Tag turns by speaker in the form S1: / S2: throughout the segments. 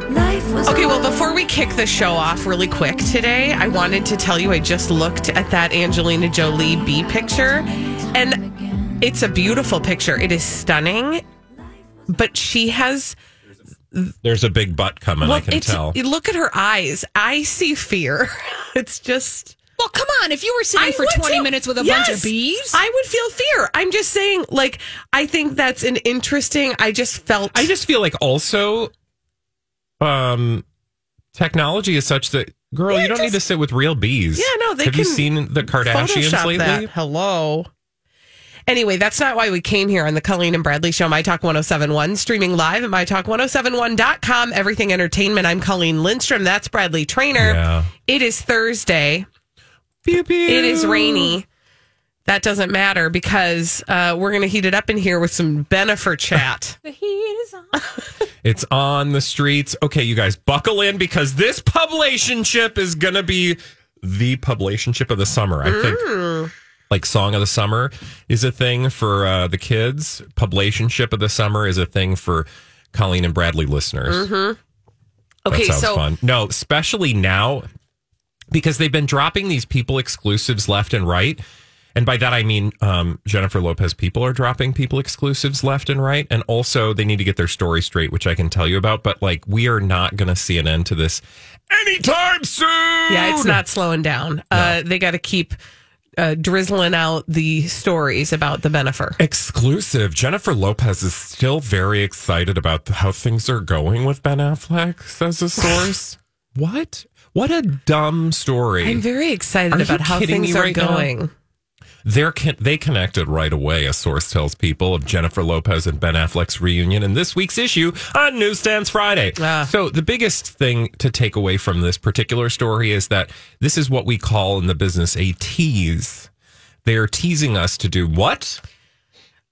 S1: Okay, well, before we kick the show off really quick today, I wanted to tell you I just looked at that Angelina Jolie bee picture, and it's a beautiful picture. It is stunning, but she has.
S2: There's a big butt coming. I
S1: Look,
S2: can
S1: it's,
S2: tell.
S1: look at her eyes. I see fear. It's just.
S3: Well, come on. If you were sitting
S1: I
S3: for
S1: would
S3: 20
S1: too.
S3: minutes with a bunch
S1: Yes.
S3: of bees,
S1: I would feel fear. I'm just saying, like, I think that's an interesting. I just felt.
S2: I just feel like also, um, technology is such that girl,
S1: Yeah,
S2: you don't
S1: just-
S2: need to sit with real bees.
S1: Yeah, no, they
S2: have you
S1: can
S2: seen the Kardashians
S1: Photoshop
S2: lately?
S1: that. Hello. Anyway, that's not why we came here on the Colleen and Bradley Show, My Talk 1071, streaming live at MyTalk1071.com, everything entertainment. I'm Colleen Lindstrom. That's Bradley Trainer.
S2: Yeah.
S1: It is Thursday.
S2: Pew, pew.
S1: It is rainy. That doesn't matter because uh, we're going to heat it up in here with some Benefer chat.
S2: It's on the streets. Okay, you guys, buckle in because this publicationship is gonna be the publicationship of the summer. I think
S1: Mm.
S2: like song of the summer is a thing for uh, the kids. Publicationship of the summer is a thing for Colleen and Bradley listeners.
S1: Mm-hmm. Okay,
S2: that sounds
S1: so
S2: fun. No, especially now because they've been dropping these people exclusives left and right. And by that I mean um, Jennifer Lopez people are dropping people exclusives left and right. And also they need to get their story straight, which I can tell you about. But like we are not going to see an end to this anytime soon.
S1: yeah, it's not slowing down. Uh, they got to keep uh, drizzling out the stories about the Benefer.
S2: Exclusive. Jennifer Lopez is still very excited about the- how things are going with Ben Affleck, says a source. what? What a dumb story.
S1: I'm very excited
S2: Are you
S1: about how
S2: kidding
S1: things
S2: me
S1: are
S2: right now?
S1: going.
S2: They're con- they connected right away, a source tells people of Jennifer Lopez and Ben Affleck's reunion in this week's issue on Newsstands Friday.
S1: Ah.
S2: So the biggest thing to take away from this particular story is that this is what we call in the business a tease. They are teasing us to do what?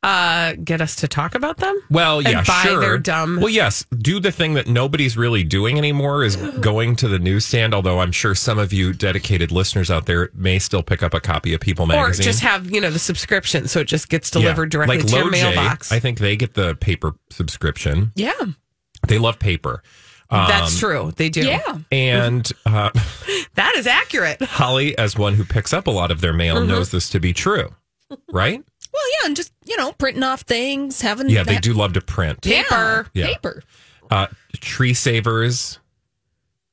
S1: Uh, get us to talk about them?
S2: Well,
S1: And
S2: yeah,
S1: buy
S2: sure.
S1: their dumb-
S2: Well, yes, do the thing that nobody's really doing anymore is going to the newsstand. Although I'm sure some of you dedicated listeners out there may still pick up a copy of People
S1: Or
S2: magazine.
S1: just have, you know, the subscription so it just gets delivered directly to your
S2: Loj,
S1: mailbox.
S2: I think they get the paper subscription.
S1: yeah,
S2: They love paper.
S1: that's true. They do.
S3: yeah.
S2: And uh,
S1: That is accurate.
S2: Holly, as one who picks up a lot of their mail,
S1: Mm-hmm.
S2: knows this to be true, right?
S3: Well, yeah, and just, you know, printing off things, having
S2: Yeah, they
S3: that
S2: do love to print.
S3: paper.
S2: Yeah.
S3: Paper.
S2: Uh, tree savers,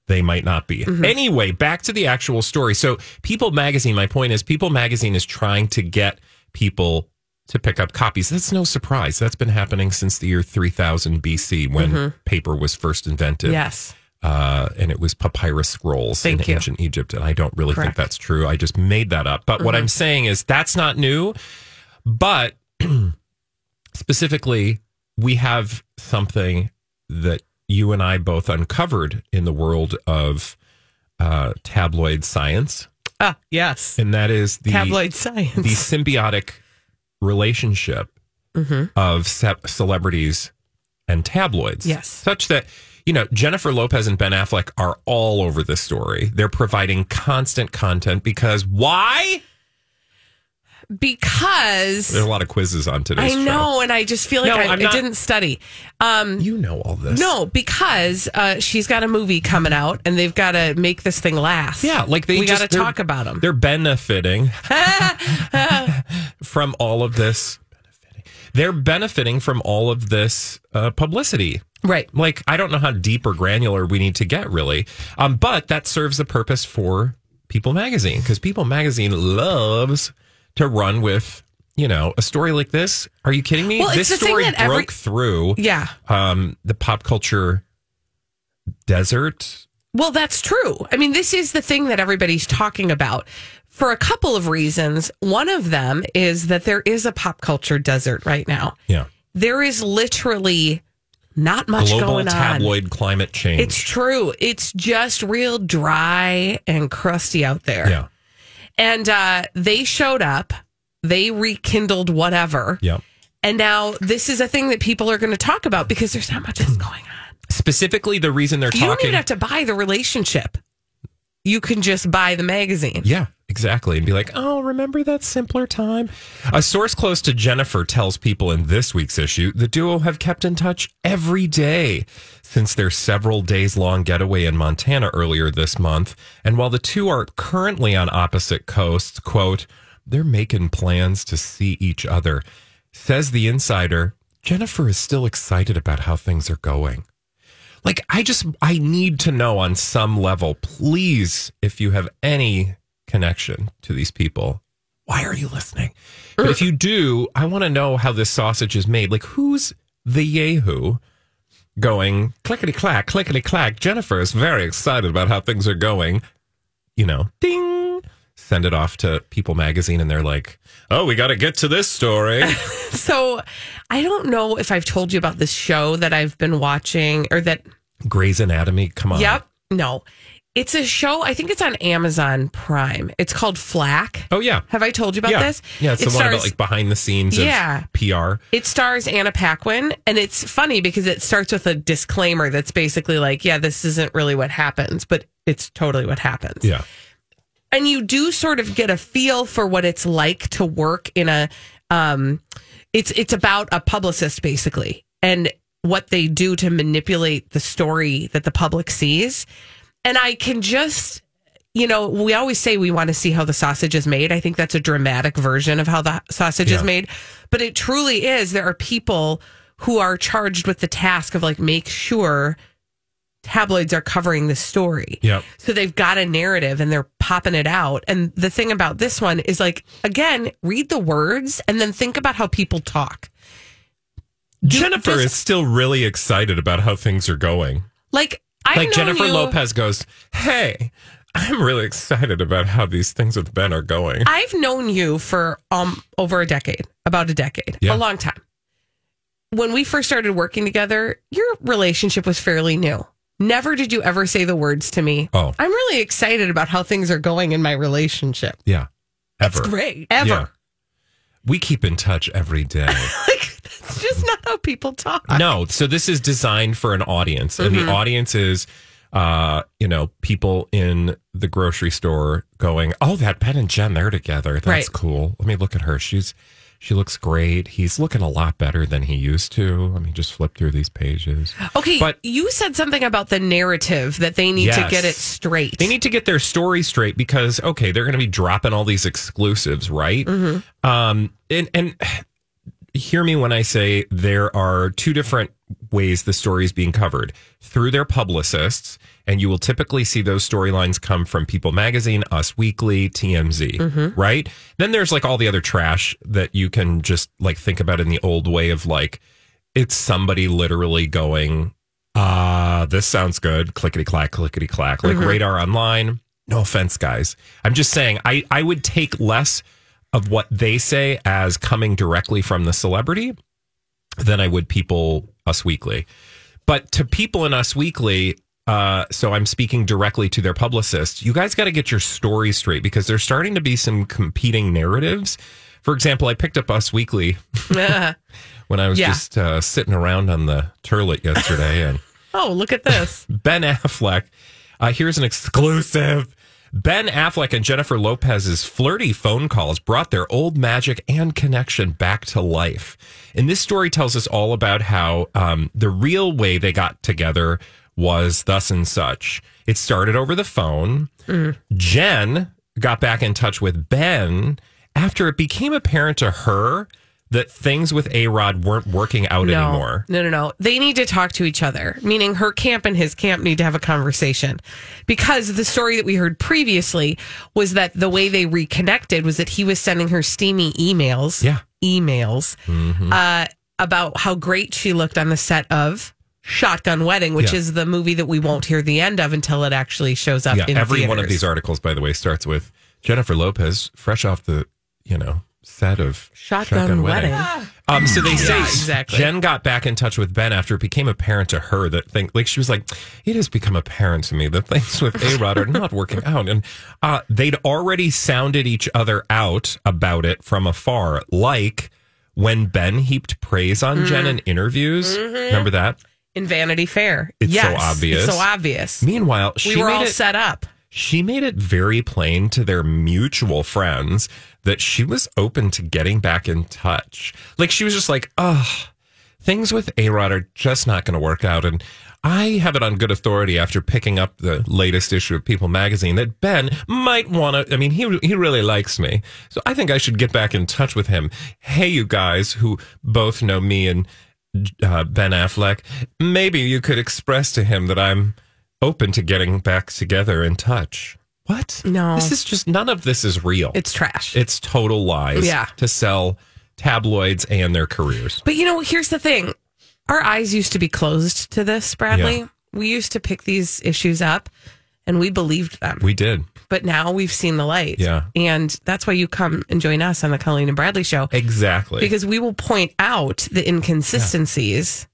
S2: they might not be.
S1: Mm-hmm.
S2: Anyway, back to the actual story. So, People Magazine, my point is, People Magazine is trying to get people to pick up copies. That's no surprise. That's been happening since the year 3000 BC when
S1: Mm-hmm.
S2: paper was first invented.
S1: Yes.
S2: uh, and it was papyrus scrolls
S1: Thank
S2: in
S1: you.
S2: ancient Egypt. And I don't really
S1: Correct. Mm-hmm.
S2: think that's true. I just made that up. But what I'm saying is that's not new. But specifically, we have something that you and I both uncovered in the world of uh, tabloid science,
S1: Ah, yes.
S2: and that is the
S1: Tabloid
S2: the
S1: science.
S2: symbiotic relationship
S1: Mm-hmm.
S2: of ce- celebrities and tabloids.
S1: Yes.
S2: Such that, you know, Jennifer Lopez and Ben Affleck are all over this story. They're providing constant content because why? There are
S1: because
S2: a lot of quizzes on today's
S1: I know, and I just feel like
S2: No,
S1: I,
S2: I'm
S1: I
S2: not-
S1: didn't study. Um,
S2: show. You know all this.
S1: no, because uh, she's got a movie coming out, and they've got to make this thing last.
S2: Yeah, like they
S1: we
S2: got
S1: got to talk about them.
S2: They're benefiting from all of this. Benefiting. they're benefiting from all of this uh, publicity.
S1: Right.
S2: Like, I don't know how deep or granular we need to get really, um, but that serves the purpose for People Magazine because People Magazine loves to run with, you know, a story like this. Are you kidding me?
S1: Well, it's
S2: this
S1: the thing
S2: story
S1: that
S2: broke
S1: every-
S2: through
S1: Yeah.
S2: um, the pop culture desert.
S1: Well, that's true. I mean, this is the thing that everybody's talking about for a couple of reasons. One of them is that there is a pop culture desert right now.
S2: Yeah.
S1: There is literally not much
S2: Global
S1: going on.
S2: tabloid climate change.
S1: It's true. It's just real dry and crusty out there.
S2: yeah.
S1: And uh, they showed up, they rekindled whatever.
S2: Yeah.
S1: And now this is a thing that people are going to talk about because there's not much that's going on.
S2: Specifically, the reason they're
S1: You don't
S2: talking.
S1: even have to buy the relationship. You can just buy the magazine.
S2: Yeah, exactly. And be like, oh, remember that simpler time? A source close to Jennifer tells people in this week's issue the duo have kept in touch every day since their several days long getaway in Montana earlier this month. And while the two are currently on opposite coasts, quote, they're making plans to see each other. Says the insider, Jennifer is still excited about how things are going like i just i need to know on some level please if you have any connection to these people why are you listening but if you do i want to know how this sausage is made like who's the yahoo going clickety clack clickety clack jennifer is very excited about how things are going you know ding send it off to people magazine and they're like oh we got to get to this story
S1: So I don't know if I've told you about this show that I've been watching or that.
S2: gray's anatomy come on
S1: Yep. No. It's a show, I think it's on Amazon Prime. It's called Flack.
S2: oh yeah
S1: Have I told you about
S2: yeah.
S1: this?
S2: Yeah, it's
S1: it
S2: the one
S1: stars,
S2: about like behind the scenes
S1: Yeah.
S2: of PR.
S1: It stars Anna Paquin, and it's funny because it starts with a disclaimer that's basically like, yeah, this isn't really what happens, but it's totally what happens.
S2: Yeah.
S1: and you do sort of get a feel for what it's like to work in a um it's it's about a publicist basically and what they do to manipulate the story that the public sees and i can just you know we always say we want to see how the sausage is made i think that's a dramatic version of how the sausage is
S2: Yeah.
S1: made but it truly is there are people who are charged with the task of like make sure tabloids are covering the story
S2: Yep.
S1: so they've got a narrative and they're popping it out. And the thing about this one is like, again, read the words and then think about how people talk. Do-
S2: Jennifer
S1: does-
S2: is still really excited about how things are going.
S1: like I've
S2: like
S1: known
S2: Jennifer
S1: you-
S2: Lopez goes, Hey, I'm really excited about how these things with Ben are going.
S1: I've known you for um over a decade, about a decade,
S2: Yeah.
S1: a long time. When we first started working together, your relationship was fairly new. Never did you ever say the words to me.
S2: Oh.
S1: I'm really excited about how things are going in my relationship.
S2: yeah. Ever.
S3: Great.
S1: Ever.
S2: Yeah. We keep in touch every day.
S1: Like that's just not how people talk.
S2: no, so this is designed for an audience, and the audience is, uh, you know, people in the grocery store going, "Oh, that Ben and Jen, they're together. That's
S1: Right.
S2: cool. Let me look at her. She's she looks great. He's looking a lot better than he used to. Let me just flip through these pages.
S1: Okay,
S2: But-
S1: you said something about the narrative that they need to
S2: Yes.
S1: get it straight.
S2: They need to get their story straight because okay, they're going to be dropping all these exclusives, right? Um, and and hear me when I say there are two different ways the story is being covered through their publicists, and you will typically see those storylines come from People Magazine, Us Weekly, TMZ, right? Then there's like all the other trash that you can just like think about in the old way of like it's somebody literally going, ah, this sounds good, clickety clack, clickety clack, like radar online. No offense, guys. I'm just saying, I, I would take less of what they say as coming directly from the celebrity than I would people us weekly. But to people in us weekly, uh, so I'm speaking directly to their publicists. You guys got to get your story straight because there's starting to be some competing narratives. For example, I picked up Us Weekly
S1: Uh-huh.
S2: when I was
S1: Yeah.
S2: just uh, sitting around on the toilet yesterday, and
S1: oh, look at this.
S2: Ben Affleck. Uh, here's an exclusive. Ben Affleck and Jennifer Lopez's flirty phone calls brought their old magic and connection back to life. And this story tells us all about how um, the real way they got together was thus and such. It started over the phone. Jen got back in touch with Ben after it became apparent to her that things with A Rod weren't working out
S1: no,
S2: anymore.
S1: no, no, no. They need to talk to each other, meaning her camp and his camp need to have a conversation. Because the story that we heard previously was that the way they reconnected was that he was sending her steamy emails,
S2: Yeah.
S1: emails
S2: Mm-hmm.
S1: uh, about how great she looked on the set of Shotgun Wedding, which
S2: Yeah.
S1: is the movie that we won't hear the end of until it actually shows up.
S2: Yeah,
S1: in
S2: every one of
S1: theaters.
S2: these articles, by the way, starts with Jennifer Lopez, fresh off the you know set of
S1: Shotgun Wedding.
S2: Um, so they say
S1: exactly.
S2: Jen got back in touch with Ben after it became apparent to her that thing like she was like, it has become apparent to me that things with A Rod are not working out, and uh, they'd already sounded each other out about it from afar, like. When Ben heaped praise on
S1: Mm.
S2: Jen in interviews,
S1: Mm-hmm.
S2: remember that?
S1: in Vanity Fair.
S2: It's so
S1: yes,
S2: obvious.
S1: It's so obvious.
S2: Meanwhile,
S1: We
S2: she
S1: were
S2: made
S1: all
S2: it,
S1: set up.
S2: she made it very plain to their mutual friends that she was open to getting back in touch. Like she was just like, oh, things with A Rod are just not going to work out. And I have it on good authority after picking up the latest issue of People magazine that Ben might want to. I mean, he, he really likes me. So I think I should get back in touch with him. Hey, you guys who both know me and uh, Ben Affleck, maybe you could express to him that I'm open to getting back together in touch. What?
S1: No.
S2: This is just none of this is real.
S1: It's trash.
S2: it's total lies
S1: Yeah.
S2: to sell tabloids and their careers.
S1: But you know, here's the thing. Our eyes used to be closed to this, Bradley.
S2: Yeah.
S1: We used to pick these issues up and we believed them.
S2: We did.
S1: but now we've seen the light.
S2: Yeah.
S1: And that's why you come and join us on the Colleen and Bradley show
S2: Exactly.
S1: because we will point out the inconsistencies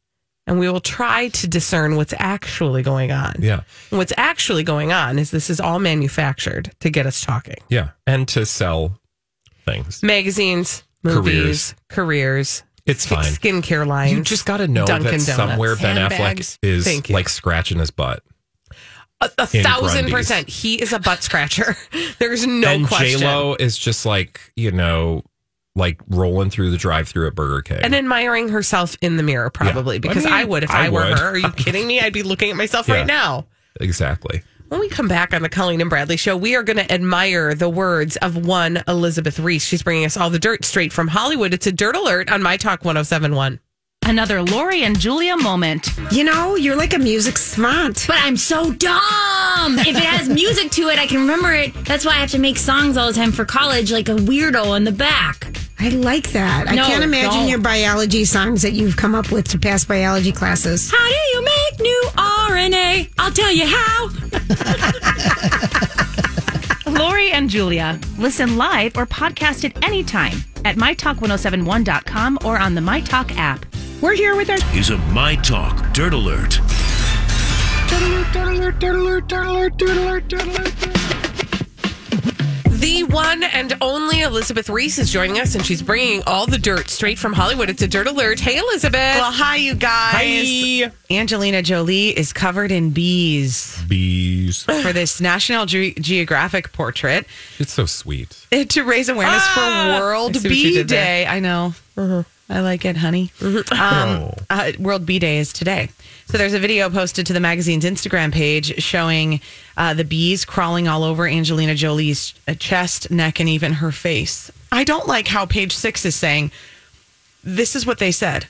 S1: and we will try to discern what's actually going on.
S2: yeah.
S1: And what's actually going on is this is all manufactured to get us talking.
S2: Yeah. And to sell
S1: Mm,
S2: things.
S1: magazines, movies, careers,
S2: It's
S1: sk-
S2: fine.
S1: skincare lines.
S2: You just got to know
S1: Dunkin'
S2: that
S1: Donuts.
S2: somewhere Ben Affleck
S3: Handbags.
S2: is
S1: Thank you.
S2: like scratching his butt.
S1: a, a
S2: in
S1: thousand
S2: Grundy's.
S1: percent. He is a butt scratcher. There's no
S2: and
S1: question.
S2: J-Lo is just like, you know, like rolling through the drive-through at Burger King.
S1: and admiring herself in the mirror, probably
S2: I
S1: because I,
S2: mean,
S1: would if
S2: I
S1: I, were
S2: would.
S1: her. Are you kidding me? I'd be looking at myself
S2: Yeah.
S1: right now.
S2: exactly.
S1: When we come back on the Colleen and Bradley show, we are going to admire the words of one Elizabeth Reese. She's bringing us all the dirt straight from Hollywood. It's a dirt alert on My Talk 1071.
S4: Another Lori and Julia moment.
S5: You know, you're like a music savant.
S6: But I'm so dumb. If it has music to it, I can remember it. That's why I have to make songs all the time for college, like a weirdo in the back.
S5: I like that. I
S6: No,
S5: can't imagine
S6: don't.
S5: your biology songs that you've come up with to pass biology classes.
S6: How do you make new RNA? I'll tell you how.
S4: Lori and Julia. Listen live or podcast at any time at mytalk1071.com or on the MyTalk app.
S5: We're here with our
S7: is a My Talk Dirt Alert.
S1: The one and only Elizabeth Reese is joining us, and she's bringing all the dirt straight from Hollywood. It's a dirt alert. Hey, Elizabeth.
S8: Well, hi, you guys.
S1: Hi.
S8: Angelina Jolie is covered in bees
S2: Bees.
S8: for this National Ge- Geographic portrait
S2: It's so sweet.
S8: eh, to raise awareness for
S1: Ah, I
S8: World
S1: see what you
S8: Bee
S1: did there. Mm-hmm.
S8: Day. I know. I like it, honey.
S2: Oh.
S8: Um, uh, World Bee Day is today. So there's a video posted to the magazine's Instagram page showing uh, the bees crawling all over Angelina Jolie's uh, chest, neck, and even her face. I don't like how page six is saying this is what they said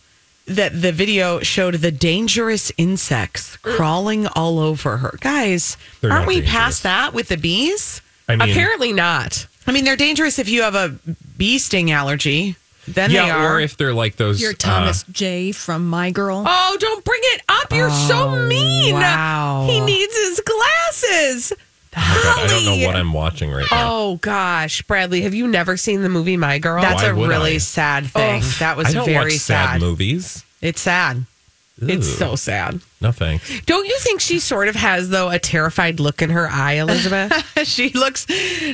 S8: that the video showed the dangerous insects
S1: Mm.
S8: crawling all over her. Guys,
S2: They're
S8: aren't
S2: not
S8: we
S2: dangerous.
S8: past that with the bees?
S2: I mean,
S1: Apparently not.
S8: I mean, they're dangerous if you have a bee sting allergy. Then they
S2: yeah,
S8: are.
S2: or if they're like those
S3: You're
S2: uh,
S3: Thomas J from My Girl.
S1: Oh, don't bring it up. You're so mean.
S8: Oh, wow.
S1: He needs his glasses.
S2: oh I don't know what I'm watching right now.
S1: Oh, gosh. Bradley, have you never seen the movie My Girl?
S8: That's
S2: Why
S8: a
S2: would
S8: really
S2: I?
S8: sad thing.
S1: Ugh.
S8: That was
S2: I don't
S8: very
S2: watch sad,
S8: sad.
S2: movies.
S8: It's sad.
S1: it's
S2: Ew.
S1: so sad.
S2: no thanks.
S1: Don't you think she sort of has, though, a terrified look in her eye, Elizabeth?
S8: she looks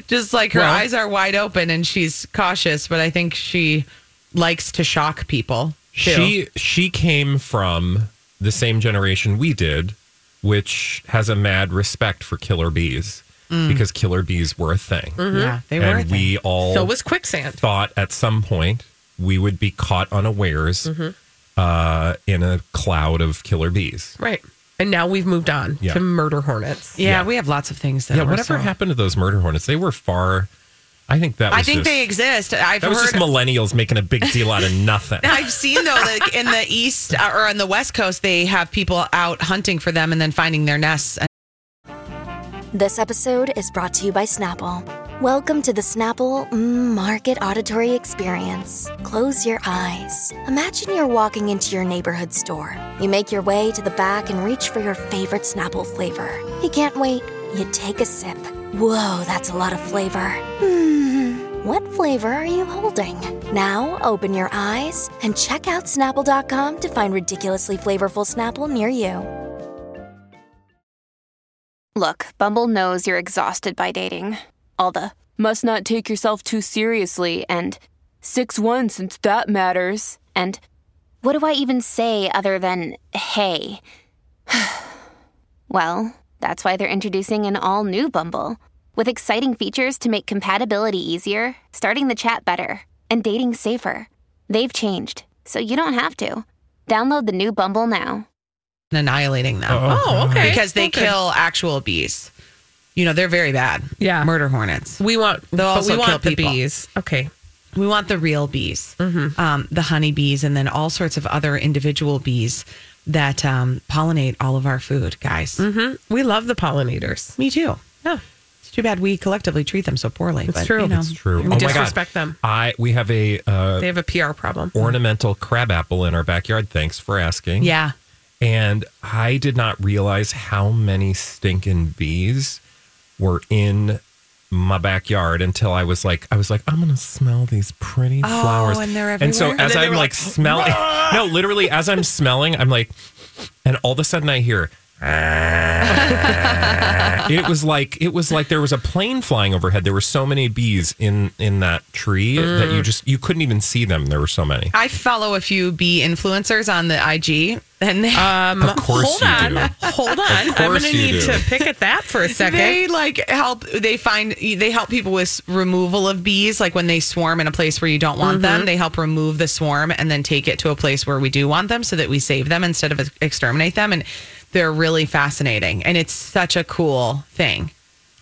S8: just like her
S2: Well-
S8: eyes are wide open and she's cautious, but I think she likes to shock people. Too.
S2: She she came from the same generation we did, which has a mad respect for killer bees because killer bees were a thing,
S8: yeah, Mm. they were. a
S2: and
S8: thing.
S2: we all
S1: so was Quicksand.
S2: thought at some point we would be caught unawares
S8: Mm-hmm.
S2: uh, in a cloud of killer bees.
S1: Right. And now we've moved on
S2: Yeah.
S1: to murder hornets.
S8: yeah, we have lots of things that.
S2: yeah,
S8: were
S2: whatever
S8: so-
S2: happened to those murder hornets? They were far I think that was
S8: I think
S2: just,
S8: they exist. I've
S2: that was
S8: heard
S2: just millennials making a big deal out of nothing.
S8: I've seen though, like in the east uh, or on the west coast, they have people out hunting for them and then finding their nests.
S9: This episode is brought to you by Snapple. Welcome to the Snapple mm, Market Auditory Experience. Close your eyes. Imagine you're walking into your neighborhood store. You make your way to the back and reach for your favorite Snapple flavor. You can't wait. You take a sip. Whoa, that's a lot of flavor. Hmm. What flavor are you holding? Now open your eyes and check out Snapple.com to find ridiculously flavorful Snapple near you.
S10: Look, Bumble knows you're exhausted by dating. All the must not take yourself too seriously and 6 1 since that matters. And what do I even say other than hey? well, that's why they're introducing an all new Bumble with exciting features to make compatibility easier, starting the chat better, and dating safer. They've changed, so you don't have to. Download the new Bumble now.
S8: annihilating them.
S1: Oh, Oh, okay.
S8: Because they
S1: Okay.
S8: kill actual bees. You know, they're very bad.
S1: Yeah.
S8: Murder hornets.
S1: We want,
S8: They'll
S1: but we
S8: also kill
S1: want the
S8: people.
S1: bees. Okay.
S8: We want the real bees,
S3: Mm-hmm.
S8: um, the honey bees, and then all sorts of other individual bees that um, pollinate all of our food, guys.
S3: Mm.
S1: We love the pollinators.
S8: Me too. Yeah. It's too bad we collectively treat them so poorly.
S1: It's
S8: but,
S1: true.
S8: you know.
S1: It's
S2: True. Oh
S1: We disrespect them.
S2: I we have a uh,
S1: They have a PR problem.
S2: ornamental crabapple in our backyard. Thanks for asking.
S8: Yeah.
S2: and I did not realize how many stinking bees were in my backyard until I was like, I was like, I'm gonna smell these pretty flowers,
S8: and they're
S2: And so
S8: everywhere?
S2: as
S1: then they
S2: I'm
S1: were
S2: like,
S1: like,
S2: smelling, no, literally as I'm smelling, I'm like, and all of a sudden I hear. "Ah." it was like it was like there was a plane flying overhead. There were so many bees in in that tree that you just you couldn't even see them. There were so many.
S8: I follow a few bee influencers on the IG, and they,
S2: of course
S1: Um, Hold
S2: you
S1: on.
S2: do.
S1: Hold on. I'm going
S2: course
S1: to
S2: you
S1: need
S2: do.
S1: to pick at that for a second.
S8: They like help. They find they help people with removal of bees, like when they swarm in a place where you don't want
S1: Mm-hmm.
S8: them. They help remove the swarm and then take it to a place where we do want them, so that we save them instead of exterminate them. And they're really fascinating, and it's such a cool thing.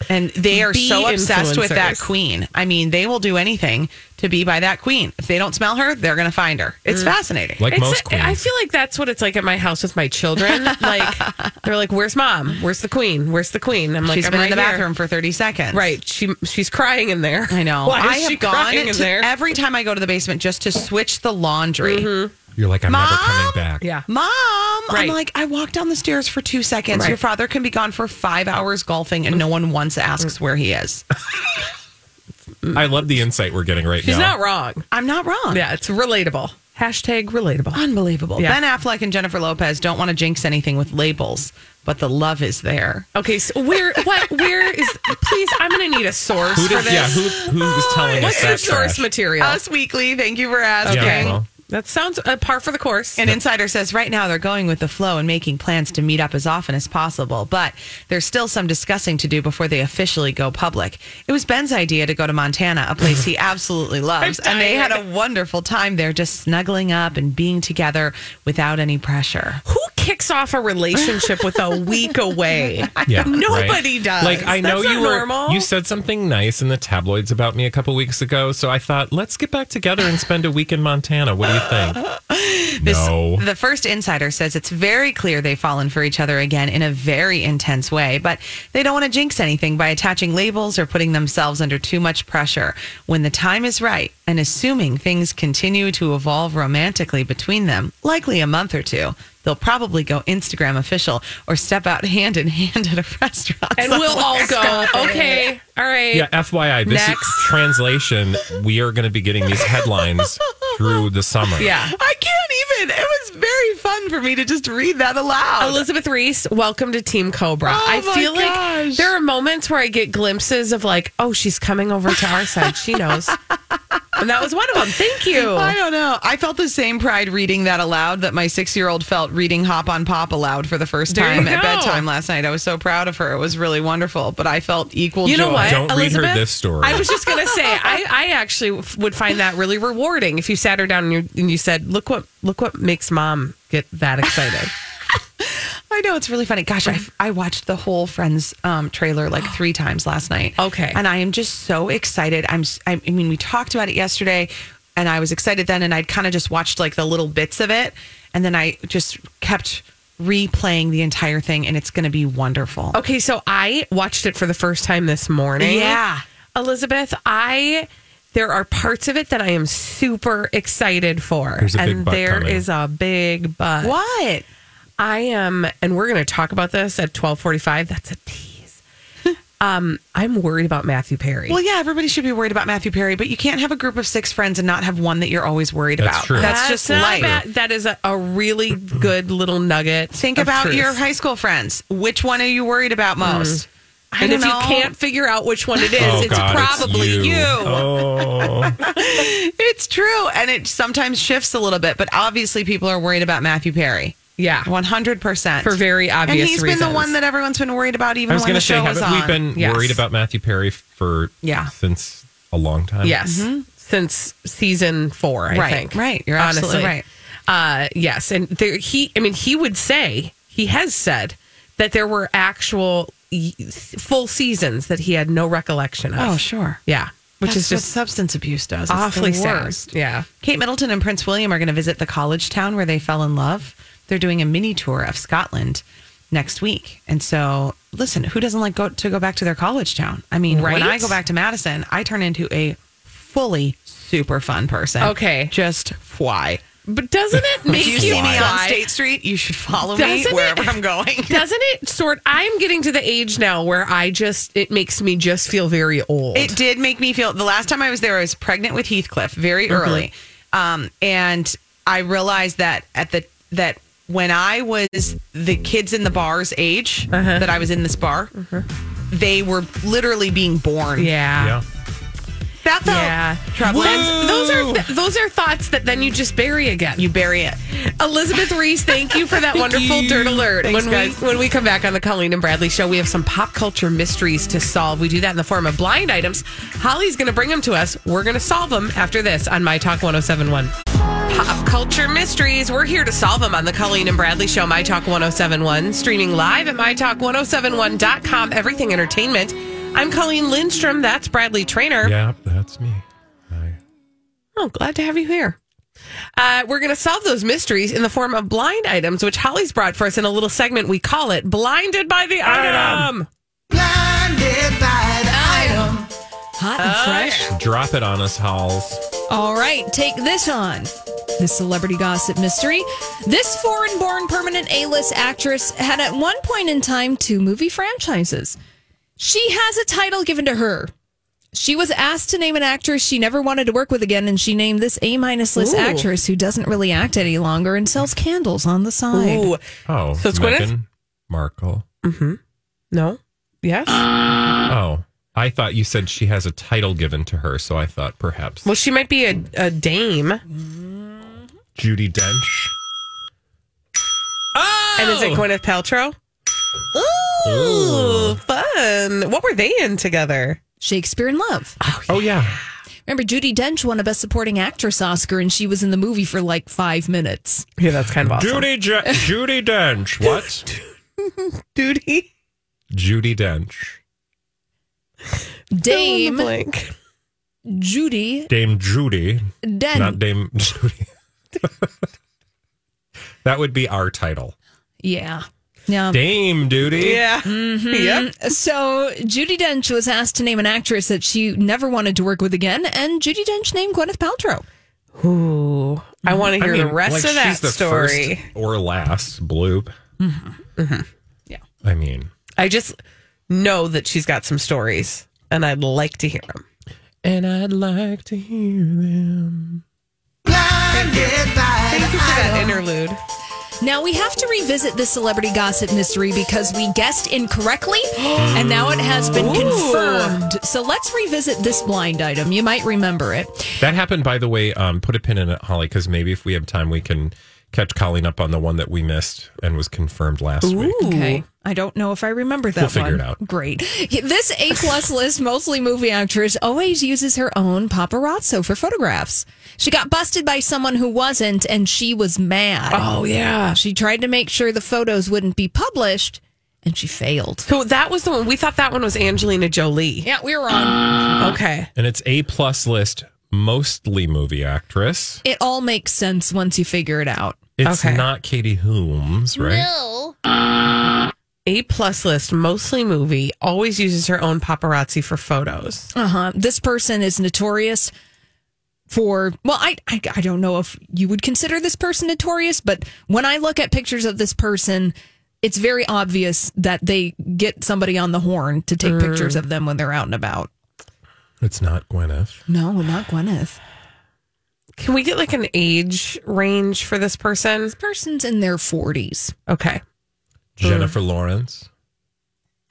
S8: And they are
S1: Bee
S8: so obsessed with that
S1: influencers.
S8: queen. I mean, they will do anything to be by that queen. If they don't smell her, they're going to find her. It's fascinating.
S2: Like
S1: It's-
S2: most queens.
S1: I feel like that's what it's like at my house with my children. like they're like, "Where's mom? Where's the queen? Where's the queen?" I'm like,
S8: She's
S1: "I'm
S8: been
S1: right
S8: in the
S1: here."
S8: bathroom for 30 seconds.
S1: Right? She she's crying in there.
S8: I know.
S1: Why is
S8: I
S1: she
S8: have gone
S1: crying in
S8: to-
S1: there?
S8: every time I go to the basement just to switch the laundry.
S2: You're like, I'm never coming
S8: Mom?
S2: back.
S1: yeah.
S8: Mom,
S1: Mm-hmm. Right.
S8: I'm like, I walked down the stairs for two seconds.
S1: Right.
S8: Your father can be gone for five hours golfing, and no one once
S1: Mm.
S8: asks where he is.
S2: Mm. I love the insight we're getting right
S1: She's
S2: now.
S1: not wrong.
S8: I'm not wrong.
S1: Yeah, it's relatable. Hashtag relatable.
S8: Unbelievable.
S1: Yeah.
S8: Ben Affleck and Jennifer Lopez don't want to jinx anything with labels, but the love is there.
S1: Okay, so where what where is? Please, I'm going to need a source
S2: Who
S1: for
S2: did,
S1: this.
S2: yeah, who, who was telling us
S1: What's the
S2: that
S1: source
S2: trash?
S1: material?
S8: Us Weekly, thank you for asking.
S2: Yeah, well,
S1: that sounds uh, par for the course.
S8: An insider says right now they're going with the flow and making plans to meet up as often as possible, but there's still some discussing to do before they officially go public. It was Ben's idea to go to Montana, a place he absolutely loves, and they had a wonderful time there just snuggling up and being together without any pressure.
S1: who kicks off a relationship with a week away?
S2: yeah,
S1: Nobody
S2: right.
S1: does.
S2: Like I know
S1: That's
S2: you
S1: not
S2: were
S1: normal.
S2: you said something nice in the tabloids about me a couple weeks ago, so I thought let's get back together and spend a week in Montana. What do you think? no.
S8: The first insider says it's very clear they've fallen for each other again in a very intense way, but they don't want to jinx anything by attaching labels or putting themselves under too much pressure. When the time is right, and assuming things continue to evolve romantically between them, likely a month or two, they'll probably go Instagram official or step out hand in hand at a restaurant.
S1: and we'll
S8: somewhere.
S1: all go. Okay, all right.
S2: Yeah, FYI, this
S1: Next.
S2: is translation. We are going to be getting these headlines through the summer.
S1: Yeah.
S8: I can't even. It was very fun for me to just read that aloud.
S1: Elizabeth Reese, welcome to Team Cobra. I
S8: Oh my
S1: feel like
S8: gosh.
S1: there are moments where I get glimpses of like, oh, she's coming over to our side. She knows. And that was one of them. Thank you.
S8: I don't know. I felt the same pride reading that aloud that my six year old felt reading Hop on Pop aloud for the first
S1: There you
S8: time at
S1: go.
S8: bedtime last night. I was so proud of her. It was really wonderful, but I felt equal
S1: You know
S8: joy.
S1: what?
S2: Don't read her
S1: Elizabeth,
S2: this story.
S1: I was just gonna say, I, I actually f- would find that really rewarding if you sat her down and you, and you said, "Look what, look what makes mom get that excited."
S8: I know it's really funny. Gosh, I, I watched the whole Friends um, trailer like three times last night.
S1: Okay,
S8: and I am just so excited. I'm. s- I mean, we talked about it yesterday, and I was excited then, and I'd kind of just watched like the little bits of it, and then I just kept replaying the entire thing, and it's going to be wonderful.
S1: Okay, so I watched it for the first time this morning.
S8: Yeah.
S1: Elizabeth, I there are parts of it that I am super excited for.
S2: There's a big
S1: and
S2: but
S1: there
S2: coming.
S1: is a big but.
S8: What?
S1: I am and we're going to talk about this at 12:45. That's a tease. um I'm worried about Matthew Perry.
S8: Well, yeah, everybody should be worried about Matthew Perry, but you can't have a group of six friends and not have one that you're always worried
S2: That's
S8: about.
S2: true.
S8: That's just
S1: not
S8: life.
S1: bad. That is a, a really good little nugget.
S8: Think
S1: of
S8: about
S1: truth.
S8: your high school friends. Which one are you worried about most?
S1: Hmm.
S8: I
S1: and
S8: don't
S1: if
S8: know.
S1: you can't figure out which one it is,
S2: Oh,
S1: it's
S2: God, it's
S1: probably
S2: you.
S1: you.
S2: Oh.
S8: it's true, and it sometimes shifts a little bit, but obviously people are worried about Matthew Perry.
S1: Yeah.
S8: One hundred percent
S1: For very
S8: And
S1: obvious
S8: he's been
S1: reasons.
S8: the one that everyone's been worried about,
S2: I
S8: even
S2: was
S8: when
S2: going
S8: the
S2: to say,
S8: show was
S2: haven't we
S8: on.
S2: been
S1: Yes.
S2: worried about Matthew Perry for
S8: Yeah.
S2: since a long time?
S1: Yes. Mm-hmm. Since season four, I
S8: Right,
S1: think.
S8: right. You're absolutely right.
S1: Uh, yes. And there, he, I mean, he would say, he has said that there were actual y- full seasons that he had no recollection of.
S8: Oh, sure.
S1: Yeah. Which
S8: That's
S1: is
S8: what
S1: just
S8: substance abuse does. It's the
S1: awfully sad.
S8: worst.
S1: Yeah.
S8: Kate Middleton and Prince William are going to visit the college town where they fell in love. They're doing a mini tour of Scotland next week. And so, listen, who doesn't like go to go back to their college town? I mean,
S1: Right?
S8: when I go back to Madison, I turn into a fully super fun person.
S1: Okay.
S8: Just why?
S1: But doesn't it make
S8: You
S1: you,
S8: see me on
S1: fly?
S8: State Street, you should follow me
S1: Doesn't it-
S8: wherever I'm going.
S1: Doesn't it sort? I'm getting to the age now where I just, it makes me just feel very old.
S8: It did make me feel the last time I was there, I was pregnant with Heathcliff very early. Um, and I realized that at the that when I was the kids in the bars age
S1: Uh-huh.
S8: that I was in this bar, they were literally being born.
S1: yeah.
S2: Yeah.
S8: That felt
S1: Yeah.
S8: troubling.
S1: That's- those are th- those are thoughts that then you just bury again.
S8: you bury it.
S1: Elizabeth Reese, thank you for that wonderful dirt alert.
S8: Thanks,
S1: when
S8: guys.
S1: we when we come back on the Colleen and Bradley show, we have some pop culture mysteries to solve. We do that in the form of blind items. Holly's going to bring them to us. We're going to solve them after this on My Talk 1071. Pop culture mysteries. We're here to solve them on the Colleen and Bradley show, My Talk 1071, streaming live at mytalk1071.com, everything entertainment. I'm Colleen Lindstrom. That's Bradley Trainer.
S2: Yeah, that's me. I-
S1: Oh, glad to have you here. Uh, we're going to solve those mysteries in the form of blind items, which Holly's brought for us in a little segment we call it Blinded by the Item.
S3: Hot and fresh.
S2: Drop it on us, Halls.
S3: All right, take this on. The celebrity gossip mystery. This foreign born permanent A list actress had at one point in time two movie franchises. She has a title given to her. She was asked to name an actress she never wanted to work with again, and she named this A minus list
S1: Ooh.
S3: actress who doesn't really act any longer and sells candles on the side.
S1: Ooh.
S2: Oh,
S1: So it's Gwyneth?
S2: Meghan Markle.
S1: No? Yes?
S2: Oh, I thought you said she has a title given to her, so I thought perhaps
S1: well, she might be a, a dame.
S2: Judy Dench. Oh,
S1: And is it Gwyneth Paltrow? Ooh, fun. What were they in together?
S3: Shakespeare in Love.
S2: oh yeah.
S3: Remember, Judy Dench won a Best Supporting Actress Oscar, and she was in the movie for like five minutes.
S1: Yeah, that's kind of awesome.
S2: Judy Je- Judy Dench. What?
S1: Duty.
S2: Judy Dench.
S3: Dame
S1: Blank.
S3: Judy
S2: Dame Judy,
S3: Dench.
S2: not Dame Judy. that would be our title.
S3: yeah. Yeah.
S2: Dame Duty.
S1: Yeah. Yep.
S3: So Judy Dench was asked to name an actress that she never wanted to work with again, and Judy Dench named Gwyneth Paltrow.
S1: Ooh. I want to
S2: Mm, I
S1: hear
S2: mean,
S1: the rest
S2: like,
S1: of that
S2: she's the
S1: story. Mm-hmm.
S2: first or last bloop.
S3: Yeah.
S2: I mean,
S1: I just know that she's got some stories, and I'd like to hear them.
S2: and I'd like to hear them.
S1: Thank you for
S3: Oh.
S1: that interlude.
S3: Now we have to revisit this celebrity gossip mystery because we guessed incorrectly, and now it has been confirmed. So let's revisit this blind item. You might remember it.
S2: That happened, by the way. Um, put a pin in it, Holly, because maybe if we have time, we can catch Colleen up on the one that we missed and was confirmed last week.
S3: Okay. I don't know if I remember that
S2: We'll figure
S3: one.
S2: it out.
S3: Great. This A plus list, mostly movie actress, always uses her own paparazzo for photographs. She got busted by someone who wasn't, and she was mad.
S1: Oh, yeah.
S3: She tried to make sure the photos wouldn't be published, and she failed.
S1: So that was the one we thought that one was Angelina Jolie.
S3: Yeah, we were on.
S1: Okay.
S2: And it's A plus list, mostly movie actress.
S3: It all makes sense once you figure it out.
S2: It's not Katie Holmes, right?
S1: A plus list, mostly movie, always uses her own paparazzi for photos.
S3: Uh huh. This person is notorious for, well, I, I, I don't know if you would consider this person notorious, but when I look at pictures of this person, it's very obvious that they get somebody on the horn to take pictures of them when they're out and about.
S2: It's not Gwyneth.
S3: No, not Gwyneth.
S1: Can we get like an age range for this person? This
S3: person's in their 40s.
S1: Okay.
S2: Jennifer
S1: Mm.
S2: Lawrence.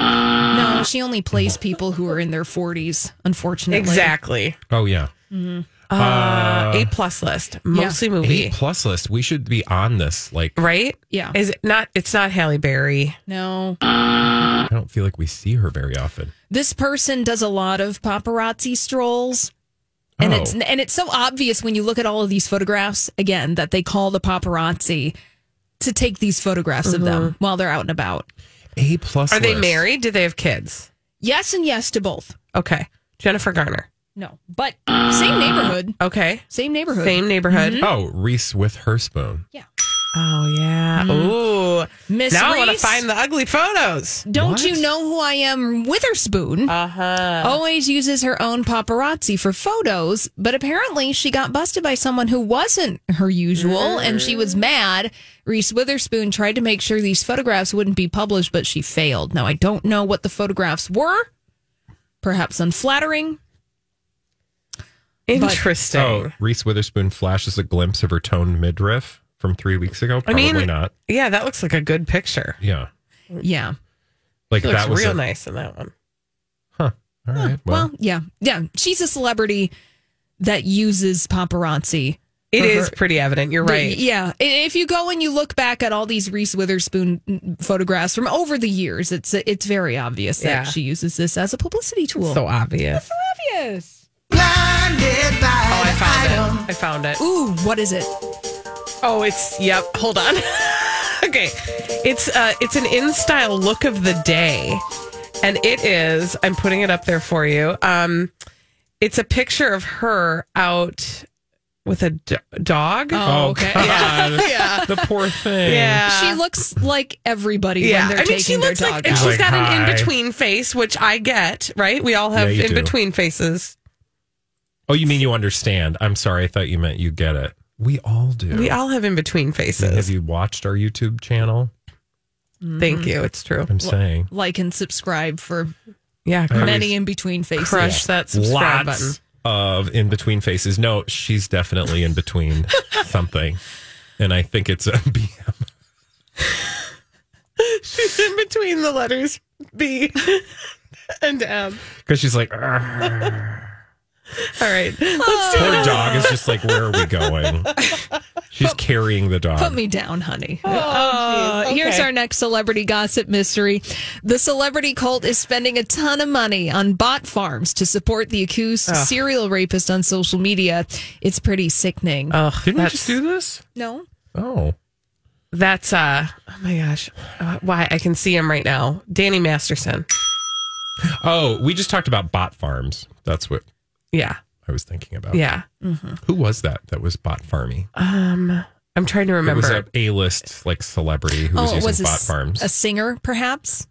S3: No, she only plays people who are in their 40s, unfortunately.
S1: Exactly.
S2: Oh yeah.
S3: Mhm.
S1: Uh,
S2: Uh,
S1: a plus list, mostly movie.
S2: A plus list. We should be on this. Like
S1: Right?
S3: Yeah.
S1: Is it not? It's not Halle Berry.
S3: No.
S1: Uh-huh.
S2: I don't feel like we see her very often.
S3: this person does a lot of paparazzi strolls and
S2: Oh.
S3: it's and it's so obvious when you look at all of these photographs again that they call the paparazzi to take these photographs of them
S1: Mm-hmm.
S3: while they're out and about
S2: A plus.
S1: Are they
S2: list.
S1: married? Do they have kids?
S3: yes and yes to both
S1: Okay. Jennifer Garner.
S3: no but same neighborhood
S1: Okay.
S3: same neighborhood
S1: Same neighborhood.
S2: Oh, Reese with her spoon.
S1: Oh yeah. Ooh.
S3: Mm-hmm. Miss
S1: now I want to
S3: Reese?
S1: find the ugly photos.
S3: don't
S2: What? Uh-huh.
S3: you know who i am witherspoon
S1: Uh huh.
S3: always uses her own paparazzi for photos, but apparently she got busted by someone who wasn't her usual and she
S2: Mm.
S3: was mad. Reese Witherspoon tried to make sure these photographs wouldn't be published, but she failed. Now, I don't know what the photographs were, perhaps unflattering.
S1: Interesting.
S2: Oh, Reese Witherspoon flashes a glimpse of her toned midriff from three weeks ago.
S1: I
S2: Probably
S1: mean-
S2: not.
S1: Yeah, that looks like a good picture.
S2: Yeah.
S3: Yeah.
S2: Like
S1: It looks
S2: that was
S1: real
S2: a-
S1: nice in that one.
S2: Huh. All right.
S3: Well,
S2: Well,
S3: yeah. Yeah. She's a celebrity that uses paparazzi.
S1: It
S3: for
S1: is
S3: her-
S1: pretty evident. You're
S3: The-
S1: right.
S3: Yeah. I- If you go and you look back at all these Reese Witherspoon photographs from over the years, it's it's very obvious
S1: Yeah.
S3: that she uses this as a publicity tool.
S1: So obvious.
S3: So obvious.
S1: Oh, I found it. I found it.
S3: Ooh, what is it?
S1: Oh, it's yep. Hold on. okay, it's uh, it's an in style look of the day, and it is. I'm putting it up there for you. Um, it's a picture of her out with a do- dog.
S3: Oh, okay.
S2: God.
S1: Yeah.
S2: The poor thing.
S1: Yeah.
S3: she looks like everybody
S1: Uh, Yeah,
S3: when they're
S1: I mean, she
S3: taking
S1: looks
S3: their
S1: like,
S3: dog
S1: and
S3: out.
S2: she-
S1: she's
S2: Like,
S1: got an
S2: hi.
S1: in between face, which I get, right? We all have
S2: Yeah, you
S1: in
S2: do.
S1: between faces.
S2: Oh, you mean you understand? I'm sorry. I thought you meant you get it. We all do.
S1: We all have in between
S2: Have
S1: faces.
S2: you watched our YouTube channel? Mm-hmm.
S1: Thank you. It's true.
S2: I'm saying.
S3: like and subscribe for
S1: Yeah,
S2: I always
S3: many in between faces.
S1: crush that subscribe
S2: Lots
S1: button.
S2: of in between faces. No, she's definitely in between something, and I think it's a BM.
S1: She's in between the letters B and M.
S2: because she's like, "Argh."
S1: All right. Let's do
S2: poor dog is just like, where are we going? She's carrying the dog.
S3: Put me down, honey.
S1: Oh, geez.
S3: Here's
S1: Okay.
S3: our next celebrity gossip mystery. The celebrity cult is spending a ton of money on bot farms to support the accused serial rapist on social media. It's pretty sickening.
S1: Ugh,
S2: Didn't we
S1: that's,
S2: just do this?
S3: no?
S2: Oh,
S1: that's uh oh my gosh. Uh, why I can see him right now. Danny Masterson.
S2: oh, we just talked about bot farms. That's what
S1: Yeah.
S2: I was thinking about.
S1: Yeah.
S2: Who was that? That was bot farming.
S1: Um I'm trying to
S2: It was
S1: remember.
S2: a A list like celebrity who was
S3: oh, it
S2: using
S3: was a,
S2: bot
S3: s-
S2: farms.
S3: a singer, perhaps?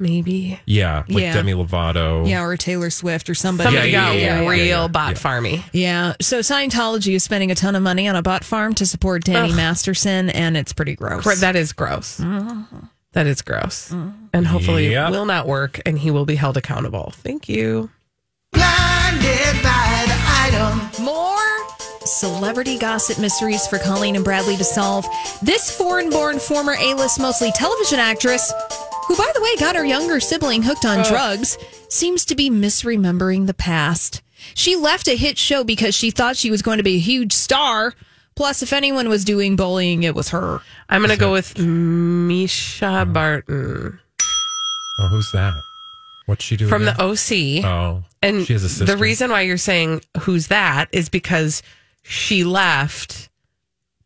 S1: Maybe.
S2: yeah, like
S3: Yeah.
S2: Demi Lovato.
S3: Yeah, or Taylor Swift or somebody.
S1: Somebody
S2: yeah,
S1: got
S2: yeah, yeah,
S1: real
S2: yeah, yeah.
S1: bot
S2: Yeah.
S1: farmy.
S3: Yeah, so Scientology is spending a ton of money on a bot farm to support Danny
S1: Ugh.
S3: Masterson, and it's pretty gross.
S1: Gro- That is gross. That is gross. And hopefully
S2: Yep.
S1: it will not work and he will be held accountable. Thank you.
S3: More celebrity gossip mysteries for Colleen and Bradley to solve. This foreign born former A list, mostly television actress, who, by the way, got her younger sibling hooked on drugs, seems to be misremembering the past. She left a hit show because she thought she was going to be a huge star. Plus, if anyone was doing bullying, it was her.
S1: I'm going to go with Misha Barton
S2: Oh, who's that? What's she doing?
S1: from
S2: now?
S1: the OC.
S2: Oh,
S1: and
S2: she has a sister.
S1: the reason why you're saying who's that is because she left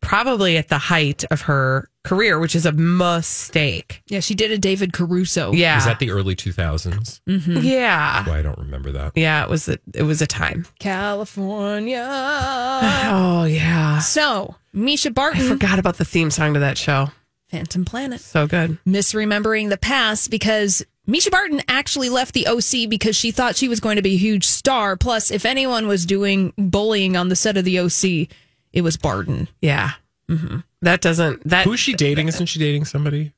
S1: probably at the height of her career, which is a mistake.
S3: Yeah, she did a David Caruso.
S1: Yeah. Mm-hmm.
S2: Oh, Is that the early 2000s?
S1: Yeah.
S2: Why I don't remember that.
S1: Yeah, it was a, it was a time.
S3: California.
S1: Oh yeah.
S3: So, Misha
S1: I
S3: Barton,
S1: forgot about the theme song to that show.
S3: Phantom Planet.
S1: So good.
S3: misremembering the past because Misha Barton actually left the OC because she thought she was going to be a huge star. Plus, if anyone was doing bullying on the set of the OC, it was Barton.
S1: Yeah. hmm That doesn't that
S2: Who's she dating? Isn't she dating somebody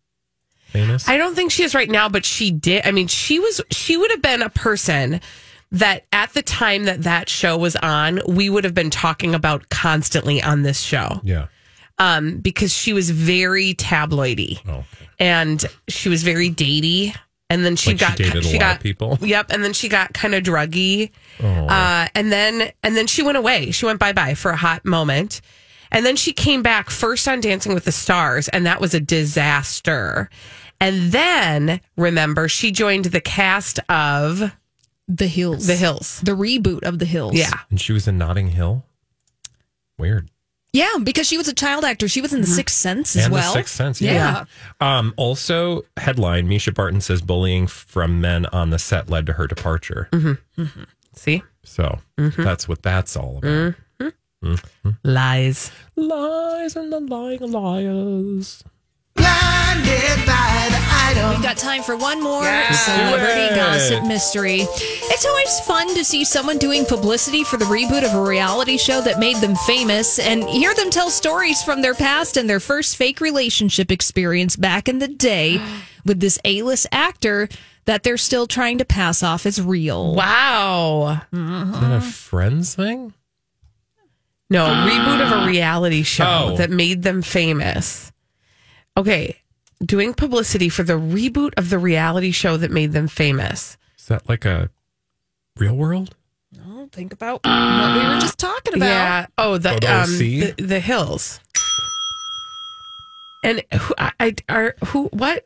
S2: famous?
S1: I don't think she is right now, but she did. I mean, she was, she would have been a person that at the time that that show was on, we would have been talking about constantly on this show
S2: yeah.
S1: um, because she was very tabloidy
S2: Oh, okay.
S1: and she was very datey. And then she
S2: Like she
S1: got
S2: dated a lot of
S1: got
S2: people?
S1: Yep, and then she got kind of druggy,
S2: Oh.
S1: uh, and then and then she went away. She went bye bye for a hot moment, and then she came back first on Dancing with the Stars, and that was a disaster. And then remember, she joined the cast of
S3: The Hills.
S1: The Hills.
S3: The reboot of The Hills.
S1: Yeah,
S2: and she was in Notting Hill. Weird.
S3: Yeah, because she was a child actor. She was in The Sixth Sense as
S2: Mm-hmm. and
S3: well.
S2: the Sixth Sense. Yeah. Um, also, headline: Misha Barton says bullying from men on the set led to her departure.
S3: Mm-hmm.
S1: see
S2: So that's what that's all about.
S3: Mm.
S1: lies.
S2: Lies and the lying liars.
S3: We've got time for one more celebrity
S2: Let's do it.
S3: gossip mystery. It's always fun to see someone doing publicity for the reboot of a reality show that made them famous and hear them tell stories from their past and their first fake relationship experience back in the day with this A list actor that they're still trying to pass off as real.
S1: Wow.
S2: Is
S3: Uh-huh.
S2: that a Friends thing?
S1: No, reboot of a reality show
S2: Oh.
S1: that made them famous. Okay, doing publicity for the reboot of the reality show that made them famous.
S2: Is that like a real world?
S3: Well, Think about what we were just talking about.
S1: Yeah. Oh, the
S2: Photo
S1: um,
S2: C?
S1: the, the hills. And who I, I are who what?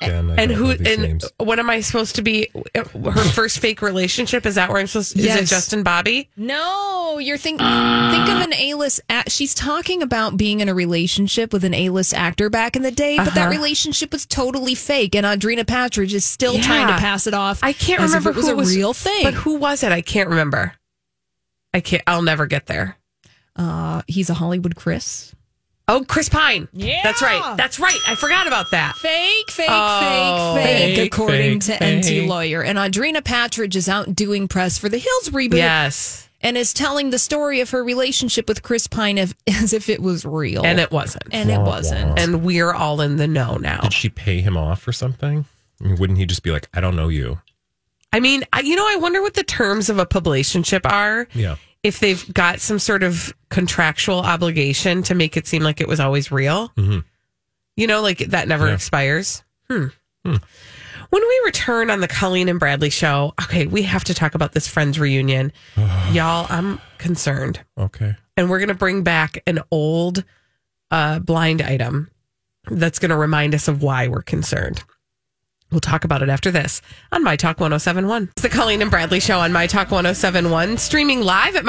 S2: Again, I
S1: and
S2: don't
S1: who
S2: know these
S1: and
S2: names.
S1: what am I supposed to be her first fake relationship? Is that where I'm supposed to is
S3: Yes.
S1: it Justin Bobby?
S3: No, you're thinking. Think of an A-list. Act- She's talking about being in a relationship with an A-list actor back in the day, but that
S1: Uh-huh.
S3: relationship was totally fake, and Audrina Patridge is still
S1: Yeah.
S3: trying to pass it off.
S1: I can't
S3: as if
S1: remember
S3: it was a
S1: who
S3: real thing.
S1: But who was it? I can't remember. I can't. I'll never get there.
S3: uh, he's a Hollywood Chris.
S1: Oh, Chris Pine.
S3: Yeah.
S1: that's right. That's right. I forgot about that.
S3: Fake, fake,
S1: Oh.
S3: fake, fake,
S2: Fake,
S3: according
S2: fake,
S3: to NT
S2: fake.
S3: Lawyer. And Audrina Patridge is out doing press for the Hills reboot
S1: Yes,
S3: and is telling the story of her relationship with Chris Pine of, as if it was real.
S1: and it wasn't.
S3: and it
S2: Wah, wah.
S3: wasn't.
S1: And we're all in the know now.
S2: Did she pay him off or something? I mean, wouldn't he just be like, "I don't know you"?
S1: I mean, I, you know, I wonder what the terms of a publicationship are.
S2: Yeah.
S1: If they've got some sort of contractual obligation to make it seem like it was always real.
S2: Mhm.
S1: You know, like that never
S2: Yeah.
S1: expires. Hmm. When we return on the Colleen and Bradley show, okay, we have to talk about this Friends reunion. Y'all, I'm concerned.
S2: Okay.
S1: and we're going to bring back an old uh, blind item that's going to remind us of why we're concerned. We'll talk about it after this on My Talk 1071. It's the Colleen and Bradley Show on My Talk 1071, streaming live at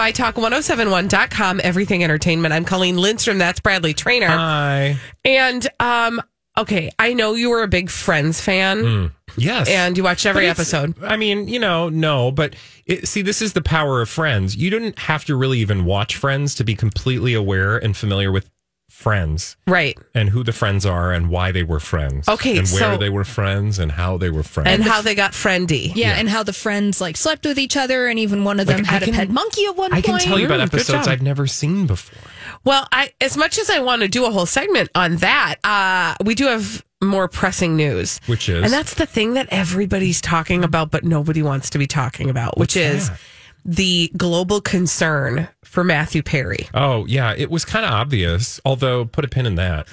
S1: MyTalk1071.com, everything entertainment. I'm Colleen Lindstrom. That's Bradley Trainer.
S2: Hi.
S1: And, um, okay, I know you were a big Friends fan.
S2: Mm. Yes.
S1: And you watched every
S2: But it's-
S1: episode.
S2: I mean, you know, no, but it, see, this is the power of Friends. You didn't have to really even watch Friends to be completely aware and familiar with Friends
S1: Right.
S2: and who the friends are and why they were friends.
S1: Okay,
S2: and where
S1: so-
S2: they were friends and how they were friends.
S1: And how they got friendy.
S3: Yeah, and how the friends like slept with each other, and even one of
S2: Like,
S3: them
S2: I
S3: had
S2: can-
S3: a pet monkey at one
S2: I
S3: point.
S2: can tell you about
S1: Mm, good
S2: episodes
S1: job.
S2: I've never seen before.
S1: Well, I as much as I want to do a whole segment on that, uh, we do have more pressing news,
S2: Which is?
S1: and that's the thing that everybody's talking about, but nobody wants to be talking about, which
S2: What's
S1: is
S2: that?
S1: the global concern for Matthew Perry.
S2: Oh, yeah. It was kind of obvious, although put a pin in that.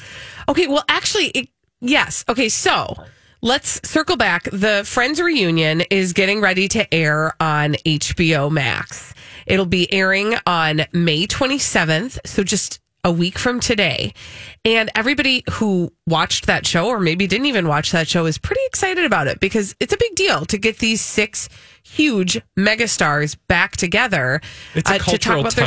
S1: Okay, well, actually, it, yes. Okay, so let's circle back. The Friends reunion is getting ready to air on HBO Max. It'll be airing on May 27th, so just a week from today. And everybody who watched that show or maybe didn't even watch that show is pretty excited about it because it's a big deal to get these six huge megastars back together
S2: It's a
S1: uh, to talk
S2: cultural
S1: about their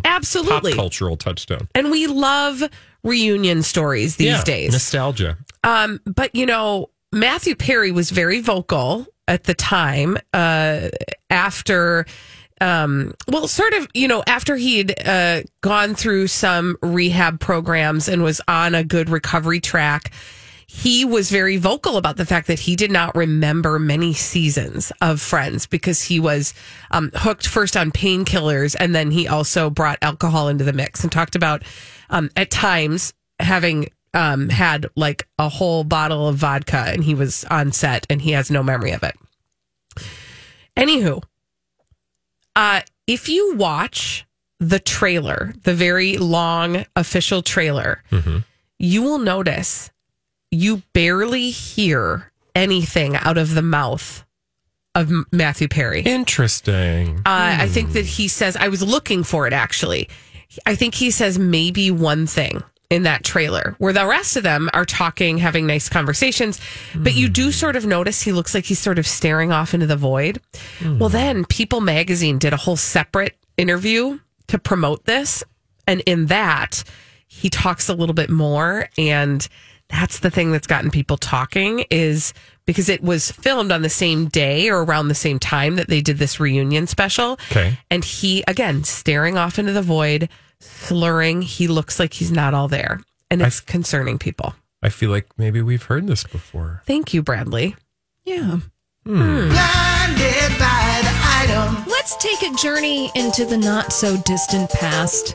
S1: time. Absolutely.
S2: Pop cultural touchstone.
S1: And we love reunion stories these
S2: Yeah,
S1: days.
S2: Nostalgia.
S1: Um, but you know, Matthew Perry was very vocal at the time uh, after, um, well, sort of, you know, after he'd uh, gone through some rehab programs and was on a good recovery track. He was very vocal about the fact that he did not remember many seasons of Friends because he was um, hooked first on painkillers and then he also brought alcohol into the mix and talked about um, at times having um, had like a whole bottle of vodka and he was on set and he has no memory of it. Anywho, uh, if you watch the trailer, the very long official trailer, you will notice you barely hear anything out of the mouth of M- Matthew Perry.
S2: Interesting.
S1: Uh, I think that he says, I was looking for it actually. I think he says maybe one thing in that trailer where the rest of them are talking, having nice conversations. But you do sort of notice he looks like he's sort of staring off into the void. Well, then People Magazine did a whole separate interview to promote this. And in that, he talks a little bit more and that's the thing that's gotten people talking is because it was filmed on the same day or around the same time that they did this reunion special
S2: Okay.
S1: and he again staring off into the void slurring he looks like he's not all there and it's concerning people
S2: I feel like maybe we've heard this before.
S1: thank you bradley
S3: Yeah. Let's take a journey into the not so distant past.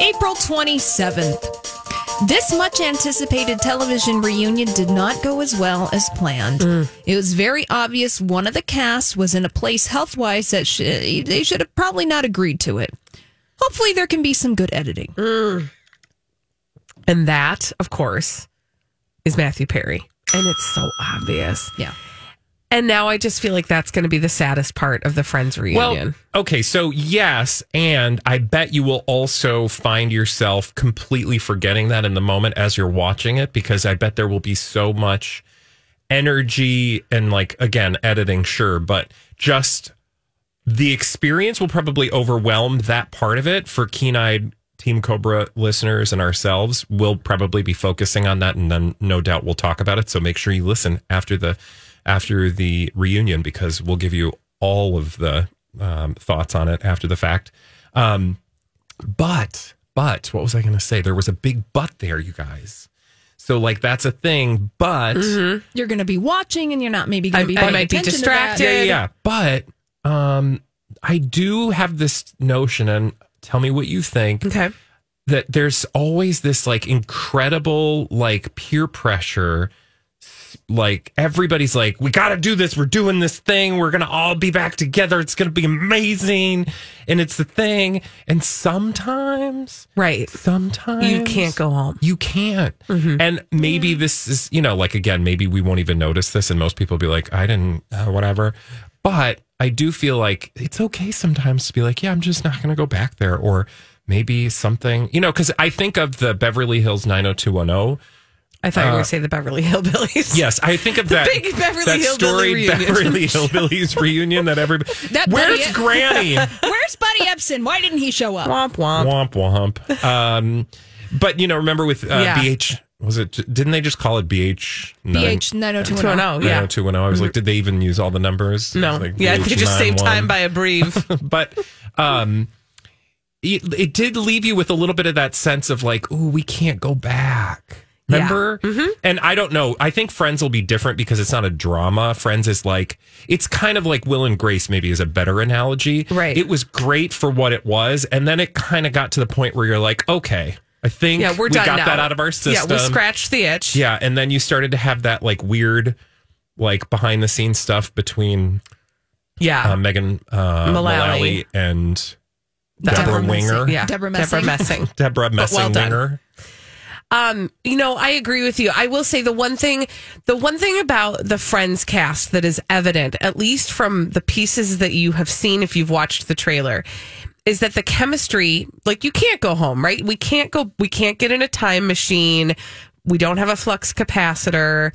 S3: April 27th. This much anticipated television reunion did not go as well as planned. It was very obvious one of the cast was in a place health wise that sh- they should have probably not agreed to it. Hopefully, there can be some good editing.
S1: and that of course is matthew perry and it's so obvious
S3: Yeah.
S1: and now i just feel like that's going to be the saddest part of the friends reunion
S2: Well, okay, so yes, and I bet you will also find yourself completely forgetting that in the moment as you're watching it because I bet there will be so much energy and like again, editing sure, but just the experience will probably overwhelm that part of it for keen-eyed Team Cobra listeners and ourselves. We'll probably be focusing on that, and then no doubt we'll talk about it. So make sure you listen after the after the reunion because we'll give you all of the um, thoughts on it after the fact. Um, but but what was I going to say? There was a big but there, you guys. So like that's a thing, but.
S3: You're going to be watching and you're not maybe going
S1: I-
S3: to be
S1: I
S3: paying
S1: might be
S3: attention to that.
S1: distracted.
S2: Yeah, yeah, yeah. But um, I do have this notion, and tell me what you think.
S1: okay
S2: That there's always this like incredible like peer pressure. Like everybody's like, we got to do this. We're doing this thing. We're gonna all be back together. It's gonna be amazing, and it's the thing. And sometimes
S1: right
S2: sometimes
S1: You can't go home.
S2: You can't.
S1: Mm-hmm.
S2: And maybe this is, you know, like again, maybe we won't even notice this, and most people be like, I didn't, uh, whatever. But I do feel like it's okay sometimes to be like, yeah, I'm just not going to go back there, oh or maybe something, you know, because I think of the Beverly Hills 90210
S1: I thought you were
S2: Uh,
S1: going to say the Beverly Hillbillies.
S2: Yes, I think of
S1: The
S2: that
S1: big Beverly
S2: that
S1: Hillbilly
S2: story,
S1: reunion.
S2: Beverly Hillbillies reunion that everybody.
S3: That
S2: Where's
S3: Buddy-
S2: Granny?
S3: Where's Buddy Epson? Why didn't he show up?
S1: Womp womp.
S2: womp womp. Um, but you know, remember with uh,
S3: Yeah.
S2: BH was it? Didn't they just call it BH?
S3: BH 90210.
S2: 90210,
S1: yeah.
S2: 90210. I was like, did they even use all the numbers?
S1: No.
S2: Like
S1: yeah, they just saved time by a brief.
S2: but um, it, it did leave you with a little bit of that sense of like, oh, we can't go back. Remember?
S1: Mm-hmm.
S2: And I don't know. I think Friends will be different because it's not a drama. Friends is like, it's kind of like Will and Grace, maybe is a better analogy. Right. It was great for what it was. And then it kind of got to the point where you're like, okay, I think
S1: yeah, we're
S2: we
S1: done
S2: got
S1: now.
S2: that out of our system.
S1: Yeah, we scratched the itch.
S2: Yeah, and then you started to have that like weird, like behind the scenes stuff between
S1: Yeah.
S2: uh, Megan uh,
S1: Ah. Mullally.
S2: Mullally. and
S1: The
S2: Deborah,
S1: Deborah Messing.
S2: Winger.
S1: Yeah, Deborah Messing. Deborah Messing.
S2: Deborah
S1: But well
S2: Messing
S1: done.
S2: Winger.
S1: Um, you know, I agree with you. I will say the one thing, the one thing about the Friends cast that is evident, at least from the pieces that you have seen if you've watched the trailer, is that the chemistry, like you can't go home, right? We can't go, we can't get in a time machine. We don't have a flux capacitor.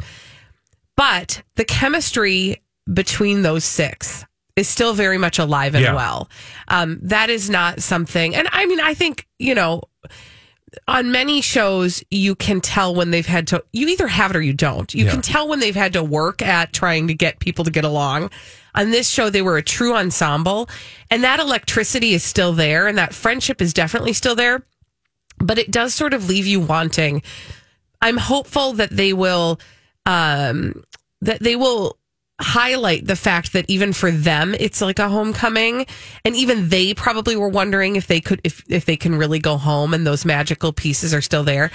S1: But the chemistry between those six is still very much alive and
S11: Yeah.
S1: well. Um, that is not something, and I mean, I think, you know, on many shows you can tell when they've had to you either have it or you don't you
S11: Yeah.
S1: can tell when they've had to work at trying to get people to get along on this show they were a true ensemble and that electricity is still there and that friendship is definitely still there but it does sort of leave you wanting i'm hopeful that they will um that they will highlight the fact that even for them it's like a homecoming and even they probably were wondering if they could if if they can really go home and those magical pieces are still there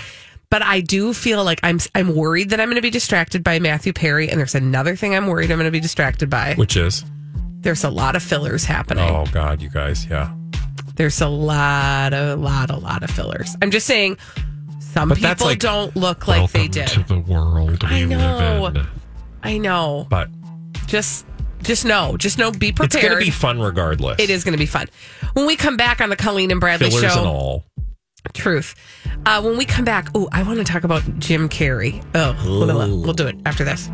S1: but i do feel like i'm i'm worried that i'm going to be distracted by matthew perry and there's another thing i'm worried i'm going to be distracted by
S2: Which is?
S1: there's a lot of fillers happening
S2: Oh, God, you guys. Yeah.
S1: there's a lot a lot a lot of fillers i'm just saying some
S2: But that's
S1: people
S2: like,
S1: don't look like they
S2: Welcome
S1: did
S2: to the world we
S1: I know.
S2: live in.
S1: i know
S2: But
S1: just just know just know be prepared
S2: it's going to be fun regardless.
S1: It is going to be fun. When we come back on the Colleen and Bradley
S2: Fillers
S1: show,
S2: and all.
S1: truth. Uh, when we come back, oh, I want to talk about Jim Carrey. Oh, we'll, we'll do it after this.